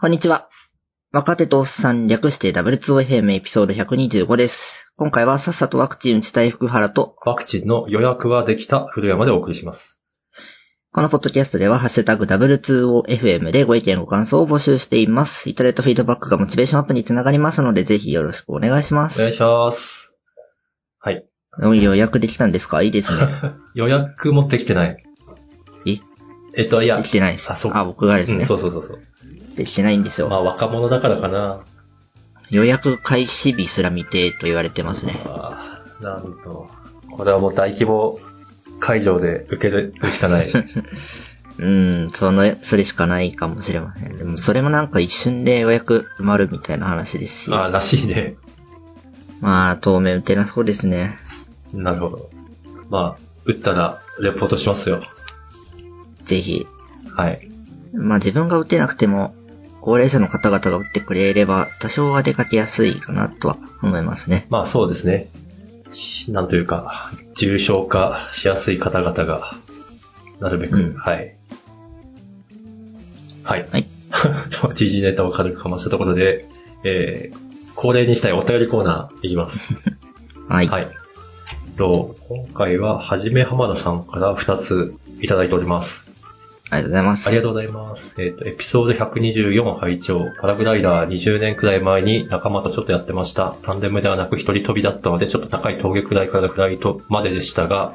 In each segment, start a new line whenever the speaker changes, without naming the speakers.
こんにちは。若手とおっさん略して W2FM エピソード125です。今回はさっさとワクチン打ちたい福原と、
ワクチンの予約はできた古山でお送りします。
このポッドキャストではハッシュタグ W2OFM でご意見ご感想を募集しています。いただいたフィードバックがモチベーションアップにつながりますので、ぜひよろしくお願いしま
お願い
す。
します。はい。
おい予約できたんですかいいですね。
予約持ってきてない。
え
えっと、いや
でき、てないです。
あそう
僕がです
うん、
ね。
そうそうそうそう。
できてないんですよ。
まあ、若者だからかな。
予約開始日すら未定と言われてますね。
あーなんと。これはもう大規模会場で受けるしかない。
うん、その、それしかないかもしれません。でも、それもなんか一瞬で予約埋まるみたいな話ですし。
あーらしいね。
まあ、当面打てなそうですね。
なるほど。まあ、打ったらレポートしますよ。
ぜひ。
はい。
まあ自分が打てなくても、高齢者の方々が打ってくれれば、多少は出かけやすいかなとは思いますね。
まあ、そうですね。しなんというか、重症化しやすい方々が、なるべく、
うん
はい。はい。
はい。
時事ネタを軽くかましたところで、えー、恒例にしたいお便りコーナーいきます。
はい。
はい。と、今回は、はじめ浜田さんから2ついただいております。
ありがとうございます。
ありがとうございます。えっ、と、エピソード124拝聴パラグライダー20年くらい前に仲間とちょっとやってました。タンデムではなく一人飛びだったので、ちょっと高い峠くらいからフライトまででしたが、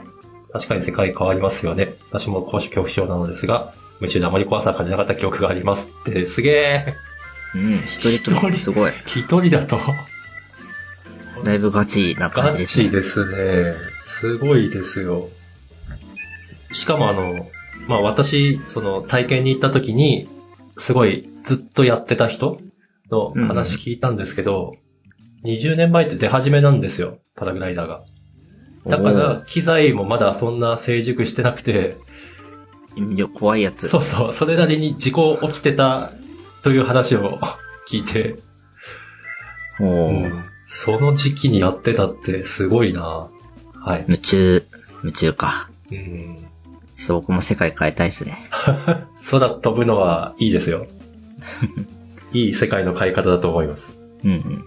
確かに世界変わりますよね。私も高所恐怖症なのですが、夢中であまり怖さを感じなかった記憶があります。って、すげえ
うん、一人ともすごい。
一人だと、
だいぶガチな感
ガ
じです、ね。
チですね。すごいですよ。しかもあの、まあ私、その体験に行った時に、すごいずっとやってた人の話聞いたんですけど、20年前って出始めなんですよ、パラグライダーが。だか
おー
ら、機材もまだそんな成熟してなくて、
引力怖いやつ。
そうそう、それなりに事故起きてたという話を 聞いて、
おー
その時期にやってたってすごいなはい。
夢中、夢中か。
うん
そう、僕も世界変えたいですね。
空飛ぶのはいいですよ。いい世界の買い方だと思います。
うんうん。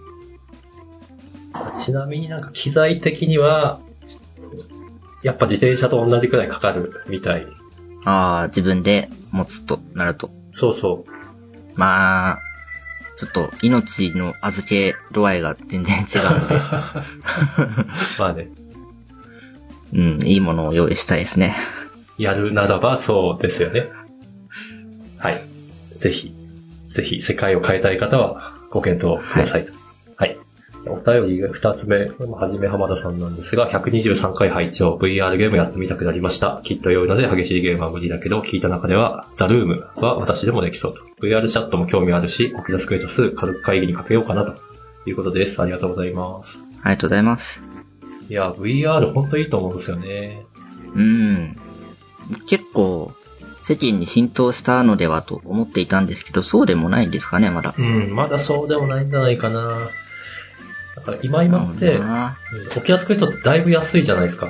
ちなみになんか機材的には、やっぱ自転車と同じくらいかかるみたい。
ああ、自分で持つとなると。
そうそう。
まあ、ちょっと命の預け度合いが全然違うの で、
まあね、
うん、いいものを用意したいですね。
やるならばそうですよね。はい。ぜひ、ぜひ世界を変えたい方はご検討ください。はい。お便りが2つ目、これもはじめ浜田さんなんですが、123回拝聴 VR ゲームやってみたくなりました。きっと良いので激しいゲームは無理だけど、聞いた中では、ザルームは私でもできそうと。VR チャットも興味あるし、オキラスクエイト2軽く会議にかけようかなということです。ありがとうございます。
ありがとうございます。
いや、VR 本当いいと思うんですよね。
うん。結構、世間に浸透したのではと思っていたんですけど、そうでもないんですかね、まだ。
うん、まだそうでもないんじゃないかな。だから今今っ
なる
て
ほど、な
うんオキラスクエストってだいぶ安いじゃないですか。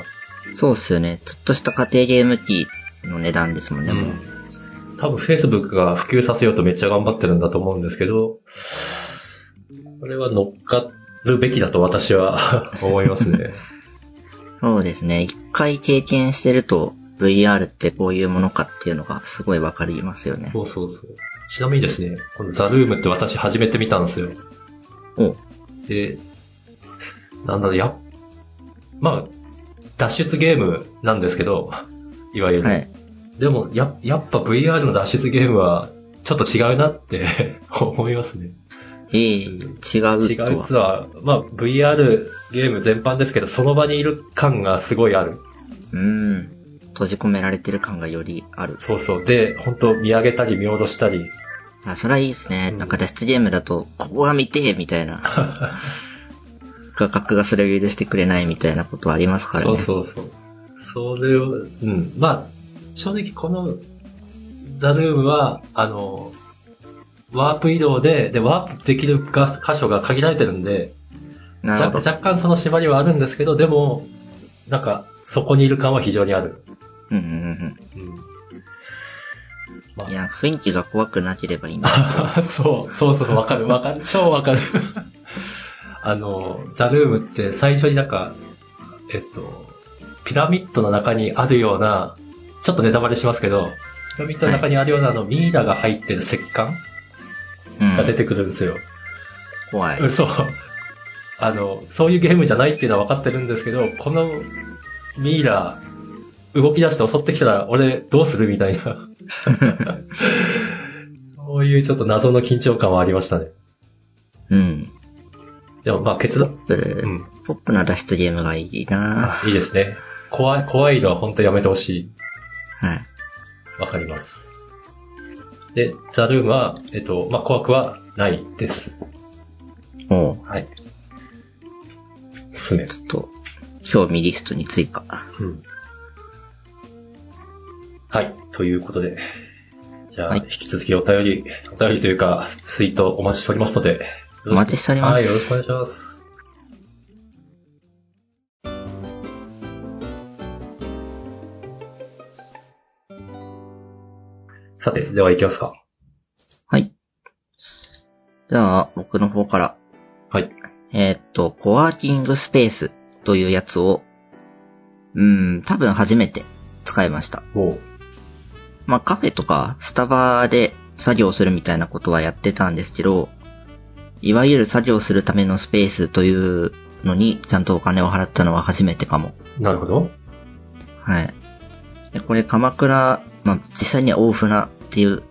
そうっすよね。ちょっとした家庭ゲーム機の値段ですもんね、
う。
もうん
多分 Facebook が普及させようとめっちゃ頑張ってるんだと思うんですけど、これは乗っかるべきだと私は 思いますね。
そうですね。一回経験してると、VR ってこういうものかっていうのがすごいわかりますよね。
そうそうそう。ちなみにですね、このザルームって私初めて見たんですよ。
お
で、なんだろう、やっ、まあ、脱出ゲームなんですけど、いわゆる。
はい。
でも、や、やっぱ VR の脱出ゲームは、ちょっと違うなって 思いますね。
ええ違
うん
う
違
と
う
は。
ツアー。まあ、VR ゲーム全般ですけど、その場にいる感がすごいある。
うん。閉じ込められてる感がよりある。
そうそう。で、本当見上げたり見下ろしたり、
あ、それはいいですね。
うん
なんか脱出ゲームだと、ここは見てえみたいな。 画角がそれを許してくれないみたいなことはありますからね。
そうそうそう。それを、うん。まあ、正直このザルームは、あの、ワープ移動で、で、ワープできるが箇所が限られてるんで、
なる
若
ほど。
若干その縛りはあるんですけど、でも、なんか、そこにいる感は非常にある。
うんうんうん。
うん。まあ
いや、雰囲気が怖くなければいいんだ。
あ そう、そうそう、わかる、わかる、超わかる。あの、ザルームって最初になんか、えっと、ピラミッドの中にあるような、ちょっとネタバレしますけど、ピラミッドの中にあるような、あの、ミイラが入ってる石棺
う
が出
ん。
てくるんですよ。
怖い。
うんそう。あの、そういうゲームじゃないっていうのは分かってるんですけど、このミイラ、動き出して襲ってきたら、俺どうするみたいな。そういうちょっと謎の緊張感はありましたね。
うん。
でもまあ決断、
ポ
う
ッ
ん、
プ、ポップな脱出ゲームがいいなぁ
いいですね。怖い、怖いのは本当やめてほしい。
はい。
わかります。で、ザルームは、えっと、まあ怖くはないです。
おう
はい。おすすめ。
ちょっと、興味リストに追加。
うん。はい。ということで。じゃあ、
はい
引き続きお便り、お便りというか、ツイートお待ちしておりますので。
お待ちしております
はい、よろしくお願いします。さて、では行きますか。
はい。じゃあ、僕の方から。
はい。
えーっと、コワーキングスペースというやつを、うーん、多分初めて使いました。
も
まあ、カフェとか、スタバで作業するみたいなことはやってたんですけど、いわゆる作業するためのスペースというのに、ちゃんとお金を払ったのは初めてかも。
う、なるほど。
はい。でこれ、鎌倉、まあ、実際には大船っていう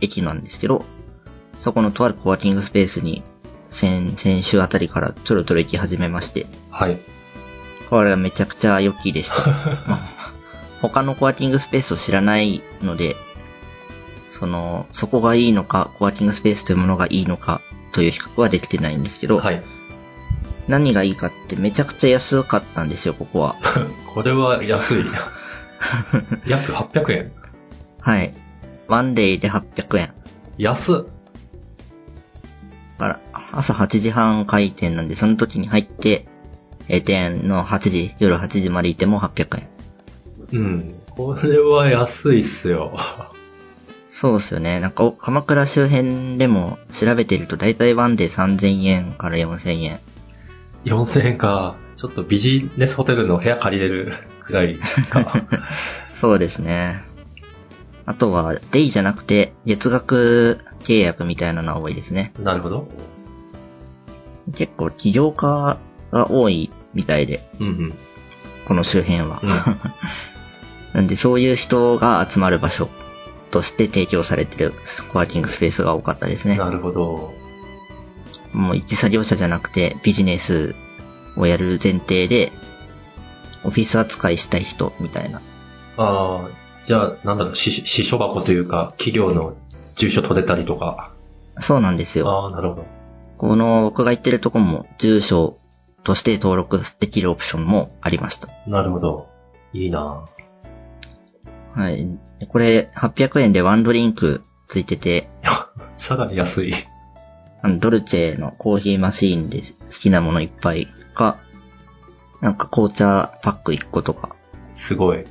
駅なんですけど、そこのとあるコワーキングスペースに、先、先週あたりからちょろちょろ行き始めまして、
はい。
これはめちゃくちゃ良きで した。まあ他のコワーキングスペースを知らないので、その、そこがいいのか、コワーキングスペースというものがいいのか、という比較はできてないんですけど、
はい。
何がいいかってめちゃくちゃ安かったんですよ、ここ は。
これは安 い。約800円。
はい。ワンデイで800円。
安っ。
だから、朝8時半開店なんで、その時に入って、閉店の8時、夜8時までいても800円。
うん。これは安いっすよ。
そうですよね。なんか、お鎌倉周辺でも調べてると、だいたいワンデイ3000円から4000円。
4000円か。ちょっとビジネスホテルの部屋借りれる くらいか。
そうですね。あとは、デイじゃなくて、月額契約みたいなのは多いですね。
なるほど。
結構、起業家が多いみたいで、
うんうん。
この周辺は。
うん
なんで、そういう人が集まる場所として提供されてるコワーキングスペースが多かったですね。
なるほど。
もう一作業者じゃなくて、ビジネスをやる前提で、オフィス扱いしたい人みたいな。
ああ、じゃあ、なんだろう、し支所箱というか、企業の住所取れたりとか。
そうなんですよ。
ああ、なるほど。
この僕が言ってるとこも住所として登録できるオプションもありました。
なるほど。いいな
はい。これ800円でワンドリンクついてて、
さらに安い。
あのドルチェのコーヒーマシーンで好きなものいっぱいか、なんか紅茶パック1個とか。
すごい。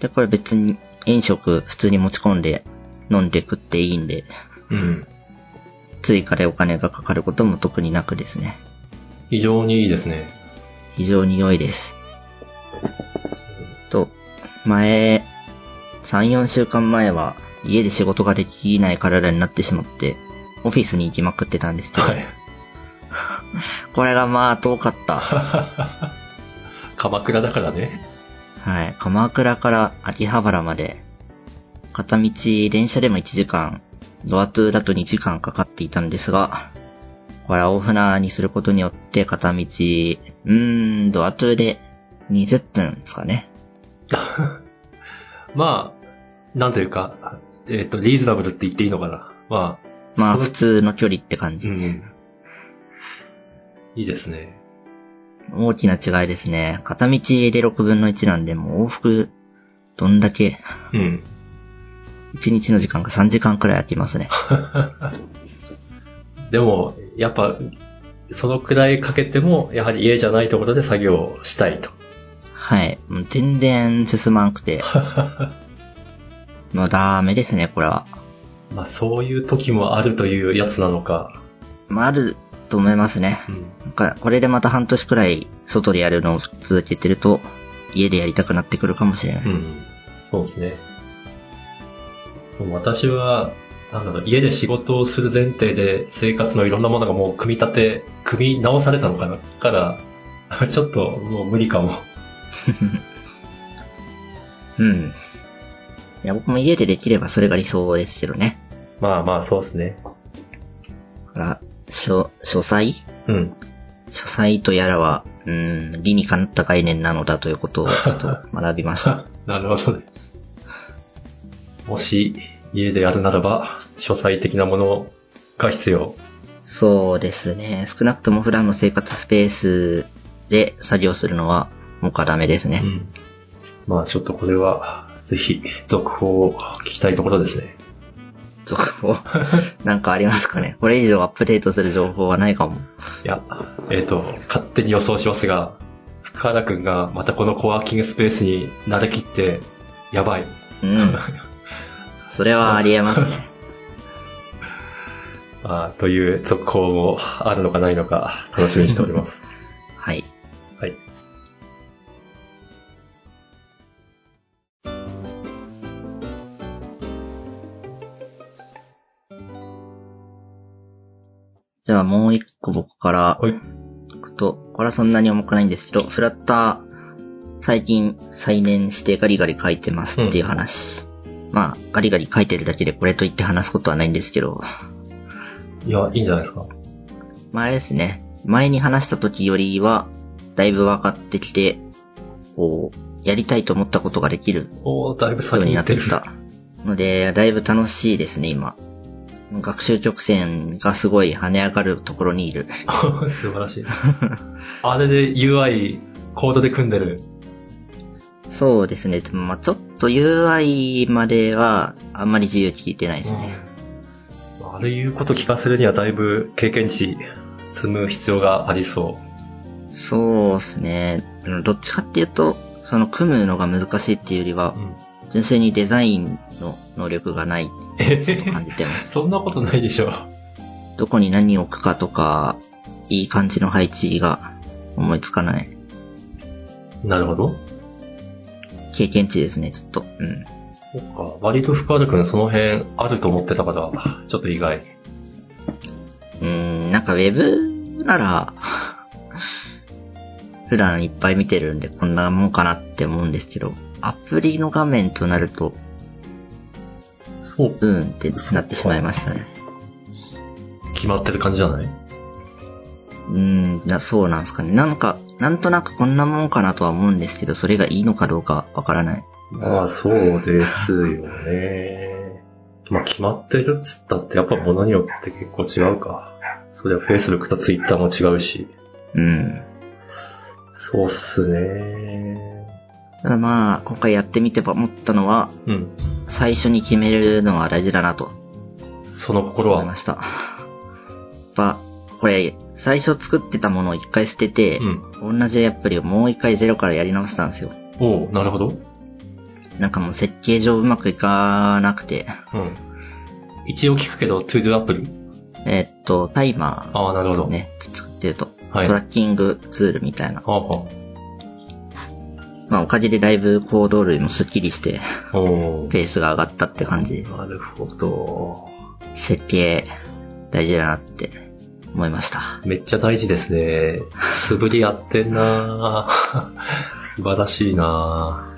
で、これ別に飲食普通に持ち込んで飲んで食っていいんで、
うん。
追加でお金がかかることも特になくですね。
非常にいいですね。
非常に良いです。えっと、前、3、4週間前は、家で仕事ができない体になってしまって、オフィスに行きまくってたんですけど、
はい。
これがまあ遠かった。
鎌倉だからね。
はい。鎌倉から秋葉原まで、片道電車でも1時間、ドア2だと2時間かかっていたんですが、これは大船にすることによって片道、うーん、ドア2で20分ですかね。
まあ、なんというか、えっ、と、リーズナブルって言っていいのかな。まあ、
まあ
その
普通の距離って感じ
う。ん。いいですね。
大きな違いですね。片道で6分の1なんで、もう往復、どんだけ、
うん。
1日の時間が3時間くらい空きますね。
でも、やっぱ、そのくらいかけても、やはり家じゃないところで作業をしたいと。
はい。もう全然進まんくて。もうダメですね、これは。
まあ、そういう時もあるというやつなのか。
まあ、あると思いますね。
うん。
なんか、これでまた半年くらい外でやるのを続けてると、家でやりたくなってくるかもしれない。
うん。そうですね。でも私は、なんだろう、家で仕事をする前提で生活のいろんなものがもう組み立て、組み直されたのかなから、 ちょっともう無理かも。
うん。いや、僕も家でできればそれが理想ですけどね。
まあまあ、そうですね。
だから、書、書斎
うん。
書斎とやらは、うん、理にかなった概念なのだということをちょっと学びました。
なるほどね。もし、家でやるならば、書斎的なものが必要。
そうですね。少なくとも普段の生活スペースで作業するのは、僕はダメです
う
ね。
ん。まあ、ちょっとこれは、ぜひ、続報を聞きたいところですね。
続報。 なんかありますかね。これ以上アップデートする情報はないかも。
いや、えっ、と、勝手に予想しますが、福原くんがまたこのコワーキングスペースに慣れきって、やばい。
うん。それはありえます ね。
あーという続報もあるのかないのか、楽しみにしております。
はい。
はい。
じゃあもう一個僕から
はい。
いくと、これはそんなに重くないんですけど、フラッター、最近再燃してガリガリ書いてますっていう話。まあ、ガリガリ書いてるだけでこれと言って話すことはないんですけど、
いや、いいんじゃないですか。
前ですね、前に話した時よりは、だいぶ分かってきて、こう、やりたいと思ったことができる
おー、だいぶ
よう
先
に
に
な
行
っ
って
て
る
き。た。ので、だいぶ楽しいですね、今。学習曲線がすごい跳ね上がるところにいる。
素晴らしい。あれで UI、コードで組んでる。
そうですね。でもまあちょっと UI までは、あんまり自由聞いてないですね。
あれ言うこと聞かせるにはだいぶ経験値積む必要がありそ
そうですね。うんどっちかっていうと、その組むのが難しいっていうよりは
う。う、ん、
純粋にデザインの能力がない
えへ
と
へ
感じて ます。
そんなことないでしょ。
どこに何を置くかとか、いい感じの配置が思いつかない
なるほど。
経験値ですね、ちょっと。うん。
そっか、割と深原くんその辺あると思ってたから、ちょっと意外。
うーん、なんかウェブなら、 普段いっぱい見てるんでこんなもんかなって思うんですけど、アプリの画面となると、
そう、
うんってなってしまいましたね。
決まってる感じじゃないう
ーんな、そうなんですかね。なんか、なんとなくこんなもんかなとは思うんですけど、それがいいのかどうかわからない。
まあそうですよね。まあ決まってるっつったってやっぱ物によって結構違うか。それは Facebook と Twitter も違うし。
うん。
そうっすね。
ただまあ、今回やってみて思ったのは、
うん。
最初に決めるのは大事だなと
その心
思いま
は。
した。やっぱ、これ、最初作ってたものを一回捨てて、
うん。
同じアプリをもう一回ゼロからやり直したんですよ。
おおなるほど。
なんかもう設計上うまくいかなくて、
うん。一応聞くけど、To Do アプリ
えーっと、タイマ
ああ、な
ー
る
で
ほ
す
ど。
ね。作ってると。
はい。
ト
は
ラッキングツールみたいな。
あは
まあおかげでだいぶ行動類もスッキリして、
あ。おー
ペースが上がったって感じで
なるほど。
す。設計、大事だなって思いました。
めっちゃ大事ですね。素振りやってんなぁ 素晴らしいな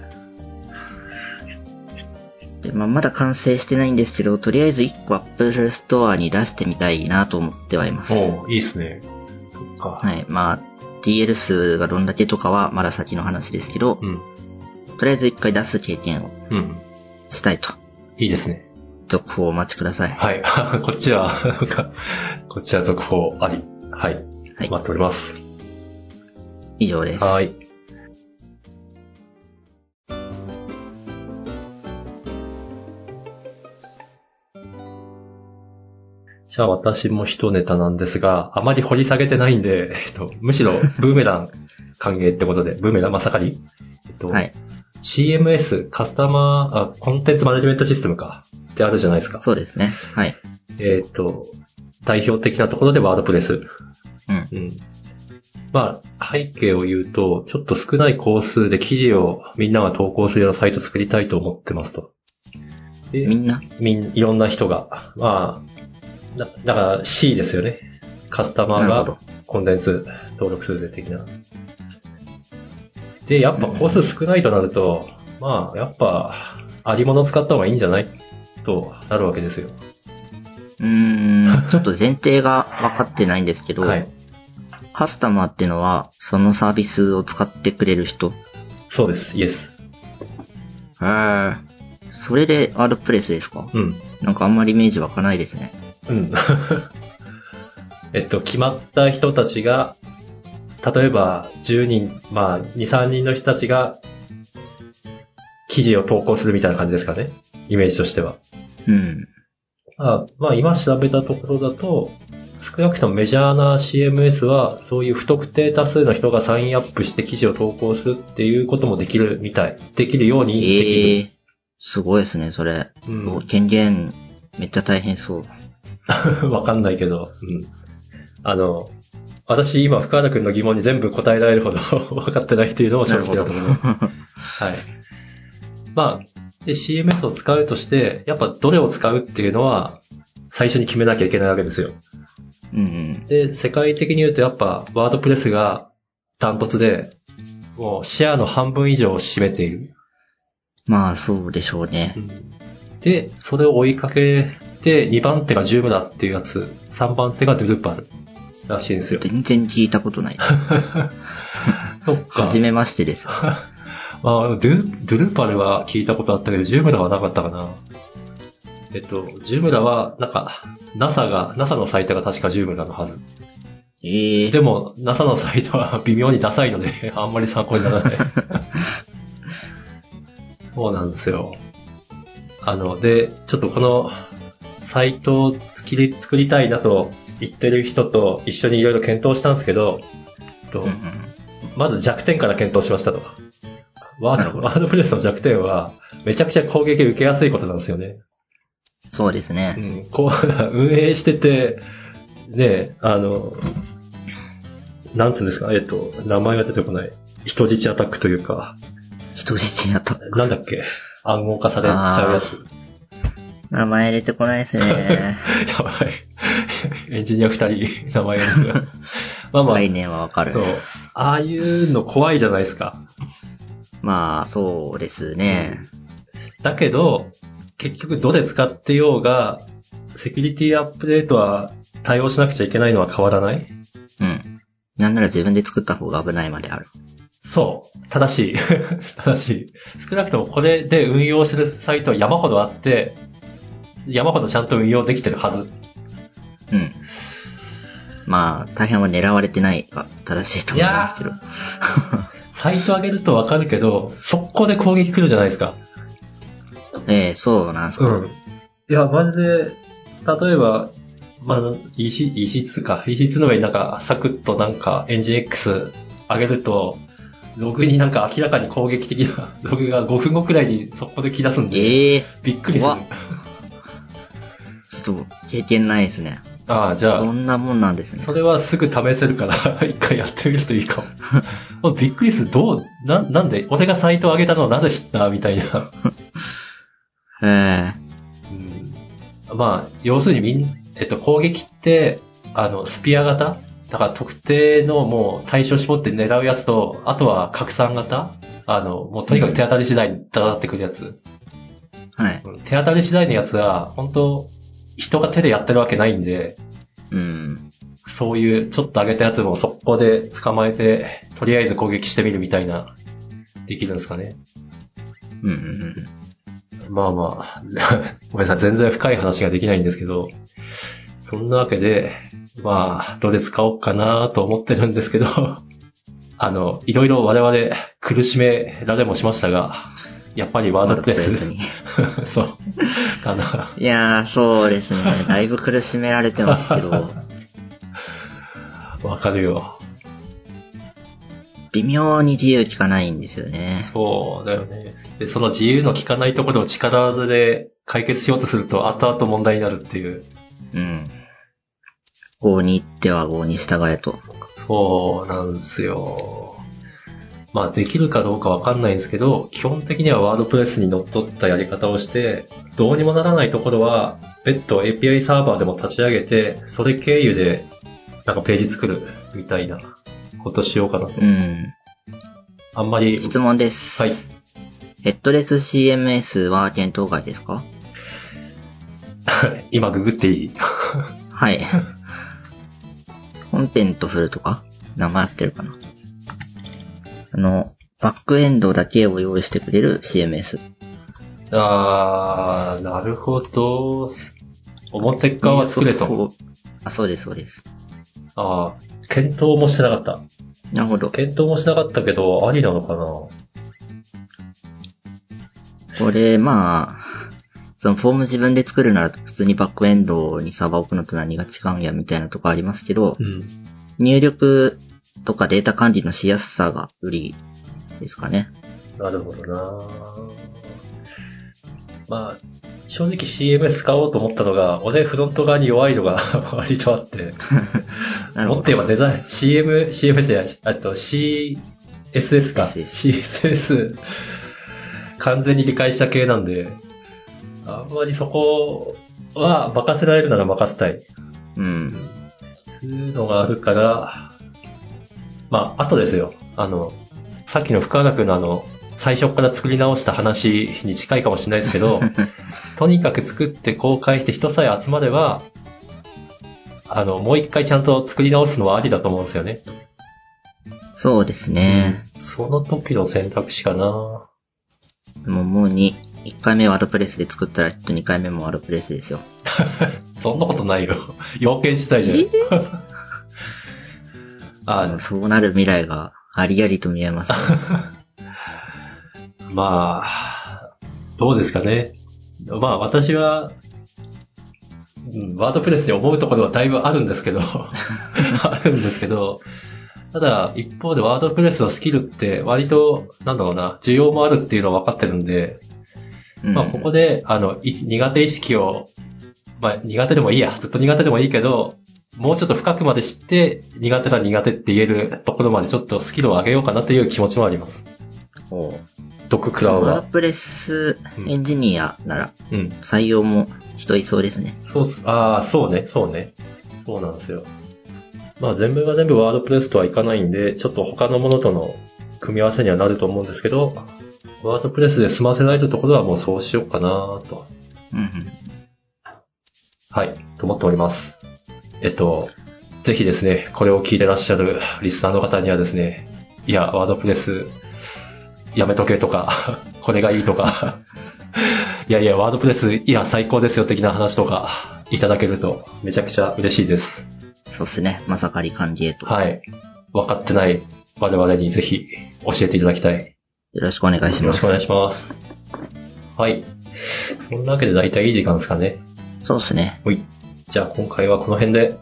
で、まあまだ完成してないんですけど、とりあえず一個 Apple Store に出してみたいなと思ってはいます。
ぁおういいっすね。そっか。
はい。まあ、DL 数がどんだけとかはまだ先の話ですけど、
うん。
とりあえず一回出す経験を
うん。
したいと。
いいですね。
続報をお待ちください。
はい。 こっちは、なんかこっちは続報あり。はい。
はい
待っております。
以上です。
はーい。じゃあ私も一ネタなんですが、あまり掘り下げてないんで、えっと、むしろブーメラン歓迎ってことで、ブーメランまさかり、えっと
はい。
CMS、カスタマー、あ、コンテンツマネジメントシステムか。ってあるじゃないですか。
そうですね。はい。
えっ、と、代表的なところでワードプレス。
うん。
うん。まあ、背景を言うと、ちょっと少ない工数で記事をみんなが投稿するようなサイト作りたいと思ってますと。で
みんな
みん、いろんな人が、まあ、だだから C ですよね。カスタマー
なるほ
が
ど
コンテンツ登録する的な。で、やっぱ個数少ないとなると、まあ、やっぱ、ありもの使った方がいいんじゃないとなるわけですよ。
うー ん、ちょっと前提が分かってないんですけど、
はい。
カスタマーってのは、そのサービスを使ってくれる人。
そうです。イエス。
へーそれでワードプレスですか
うん。
なんかあんまりイメージ湧かないですね。
うん。 えっと、決まった人たちが、例えば10人、まあ2、3人の人たちが、記事を投稿するみたいな感じですかね。イメージとしては。
うん。
あまあ、今調べたところだと、少なくともメジャーな CMS は、そういう不特定多数の人がサインアップして記事を投稿するっていうこともできるみたい。できるようにできる。
ええー、すごいですね、それ。
うん
お権限、めっちゃ大変そう。
わかんないけど、うん。あの、私今、深原くんの疑問に全部答えられるほど 分かってないっていうのも
な
正
るほ
直だ
ど。
と思います。はい。まあ、で、CMS を使うとして、やっぱどれを使うっていうのは、最初に決めなきゃいけないわけですよ。
うんうん。
で、世界的に言うとやっぱ、ワードプレスがダントツで、もうシェアの半分以上を占めている。
まあ、そうでしょうね。
で、それを追いかけて、2番手がジュームだっていうやつ、3番手がドゥルパルらしいんですよ。
全然聞いたこと ない。
そっか。
はじめましてです。
まあ、ドゥ、ドゥルパルは聞いたことあったけど、ジュムラはなかったかな。えっと、ジュムラは、なんか、NASA が、NASA のサイトが確かジュムラのはず。
ええ
でも、NASA のサイトは微妙にダサいので、 あんまり参考にならない。そうなんですよ。あの、で、ちょっとこの、サイトを作り、作りたいなと言ってる人と一緒にいろいろ検討したんですけど、えっと
うんうん
まず弱点から検討しましたと。ワ
なる
ー
ほ
ド
ど
ワードプレスの弱点は、めちゃくちゃ攻撃を受けやすいことなんですよね。
そうです
う
ね。
ん、こう、運営してて、ね、あの、なんつうんですか、えっと、名前が出てこない。人質アタックというか、
人質アタック。
なんだっけ、暗号化されちゃうやつ。
名前出てこないですね。
やばい。エンジニア二人、名前が。 まあまあ、
概念はわかる
そう。。ああいうの怖いじゃないですか。
まあ、そうですね。
だけど、結局どれ使ってようが、セキュリティアップデートは対応しなくちゃいけないのは変わらない
うん。なんなら自分で作った方が危ないまである。
そう。正しい。 正しい。少なくともこれで運用するサイトは山ほどあって、山ほどちゃんと運用できてるはず。
うん。まあ、大変は狙われてないが正しいと思いますけど
い。サイト上げるとわかるけど、速攻で攻撃来るじゃないですか。
ええそうなんですか。
ん。いや、マジで、例えば、まあ、EC、EC2 か。EC2 の上になんか、サクッとなんか、エンジン X 上げると、ログになんか明らかに攻撃的な ログが5分後くらいにそこで来出すんで、
ええ
びっくりする
怖っ。ちょっと経験ないですね。
ああ、じゃ
そ
あ、
んなもんなんですね。
それはすぐ試せるから、 一回やってみるといいか も。もうびっくりする。どう、な、なんで、俺がサイトを上げたのをなぜ知ったみたいな。
え
うんまあ、要するにみん、えっと、攻撃って、あの、スピア型だから特定のもう対象絞って狙うやつと、あとは拡散型あの、もうとにかく手当たり次第にダダってくるやつ。
えはい。
うん手当たり次第のやつは、本当人が手でやってるわけないんで、
うん。
そういうちょっと上げたやつも速攻で捕まえて、とりあえず攻撃してみるみたいな、できるんですかね。
うんうんうん。
まあまあ、 ごめんなさい、全然深い話ができないんですけど、そんなわけで、まあ、どれ使おうかなと思ってるんですけど、 あの、いろいろ我々苦しめられもしましたが、やっぱりワードプレ
ワード
ス、
に。
そう、かな。
いやー、そうですね。だいぶ苦しめられてますけど。
わかるよ。
微妙に自由聞かないんですよね。
そうだよね。で、その自由の効かないところを力技で解決しようとすると、後々問題になるっていう。
うん。郷に行っては郷に従えと。
そうなんですよ。まあ、できるかどうかわかんないんですけど、基本的にはワードプレスにのっとったやり方をして、どうにもならないところは、別途 API サーバーでも立ち上げて、それ経由で、なんかページ作るみたいなことしようかなと。
うん。
あんまり、
質問です。
はい。
ヘッドレス CMS は検討外ですか
今ググっていい
はい。コンテントフルとか名前合ってるかなあの、バックエンドだけを用意してくれる CMS。
あー、なるほど。表側は作れと。
あ、そうです、そうです。
あー、検討もしてなかった。
なるほど。
検討もしなかったけど、ありなのかな
これ、まあ、そのフォーム自分で作るなら普通にバックエンドにサーバー置くのと何が違うんやみたいなとこありますけど、
ん。
入力とかデータ管理のしやすさが売りですかね。
なるほどなまあ、正直 CMS 使おうと思ったのが、俺フロント側に弱いのが 割とあって、
なる
も
ほ
っと言え
ど。
ばデザイン、CM、CM じゃない、あと CSS か。CSS、完全に理解した系なんで、あんまりそこは任せられるなら任せたい。
うん。
そういうのがあるから、まあ、あとですよ。あの、さっきの深原君のあの、最初から作り直した話に近いかもしれないですけど、とにかく作って公開して人さえ集まれば、あの、もう一回ちゃんと作り直すのはありだと思うんですよね。
そうですね。
その時の選択肢かな。
でももうに、1回目ワードプレスで作ったらきっと2回目もワードプレスですよ。
そんなことないよ。 要件次第じゃん。あ
あのそうなる未来がありありと見えますね。
まあ、どうですかね。まあ私は、うんワードプレスに思うところはだいぶあるんです けど、あるんですけど、ただ一方でワードプレスのスキルって割と、なんだろうな、需要もあるっていうのは分かってるんで、
うん
まあここで、あの、い苦手意識を、まあ苦手でもいいや、ずっと苦手でもいいけど、もうちょっと深くまで知って、苦手な苦手って言えるところまでちょっとスキルを上げようかなという気持ちもあります。
おう
ドククラウ
ワード
は。
プレスエンジニアなら
うん。
採用も人いそうですね。
そうす、ああ、そうね、そうね。そうなんですよ。まあ全部が全部ワードプレスとはいかないんで、ちょっと他のものとの組み合わせにはなると思うんですけど、ワードプレスで済ませられるところはもうそうしようかなと。
うんうん。
はい、と思っております。えっと、ぜひですね、これを聞いてらっしゃるリスナーの方にはですね、いや、ワードプレス、やめとけとか、 これがいいとか、 いやいや、ワードプレス、いや、最高ですよ的な話とか、いただけると、めちゃくちゃ嬉しいです。
そうっすね。まさかり管理へと。よ
はい。分かってない我々にぜひ教えていただきたい。
ろしくお願いし
よろ
ま
し
す
くお。願いします。はい。そんなわけで大体いい時間ですかね。
そうっすね。
はい。じゃあ今回はこの辺で、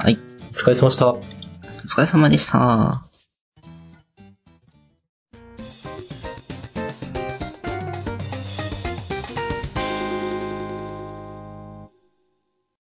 はい。
お疲れ様でした。
お疲れ様でした。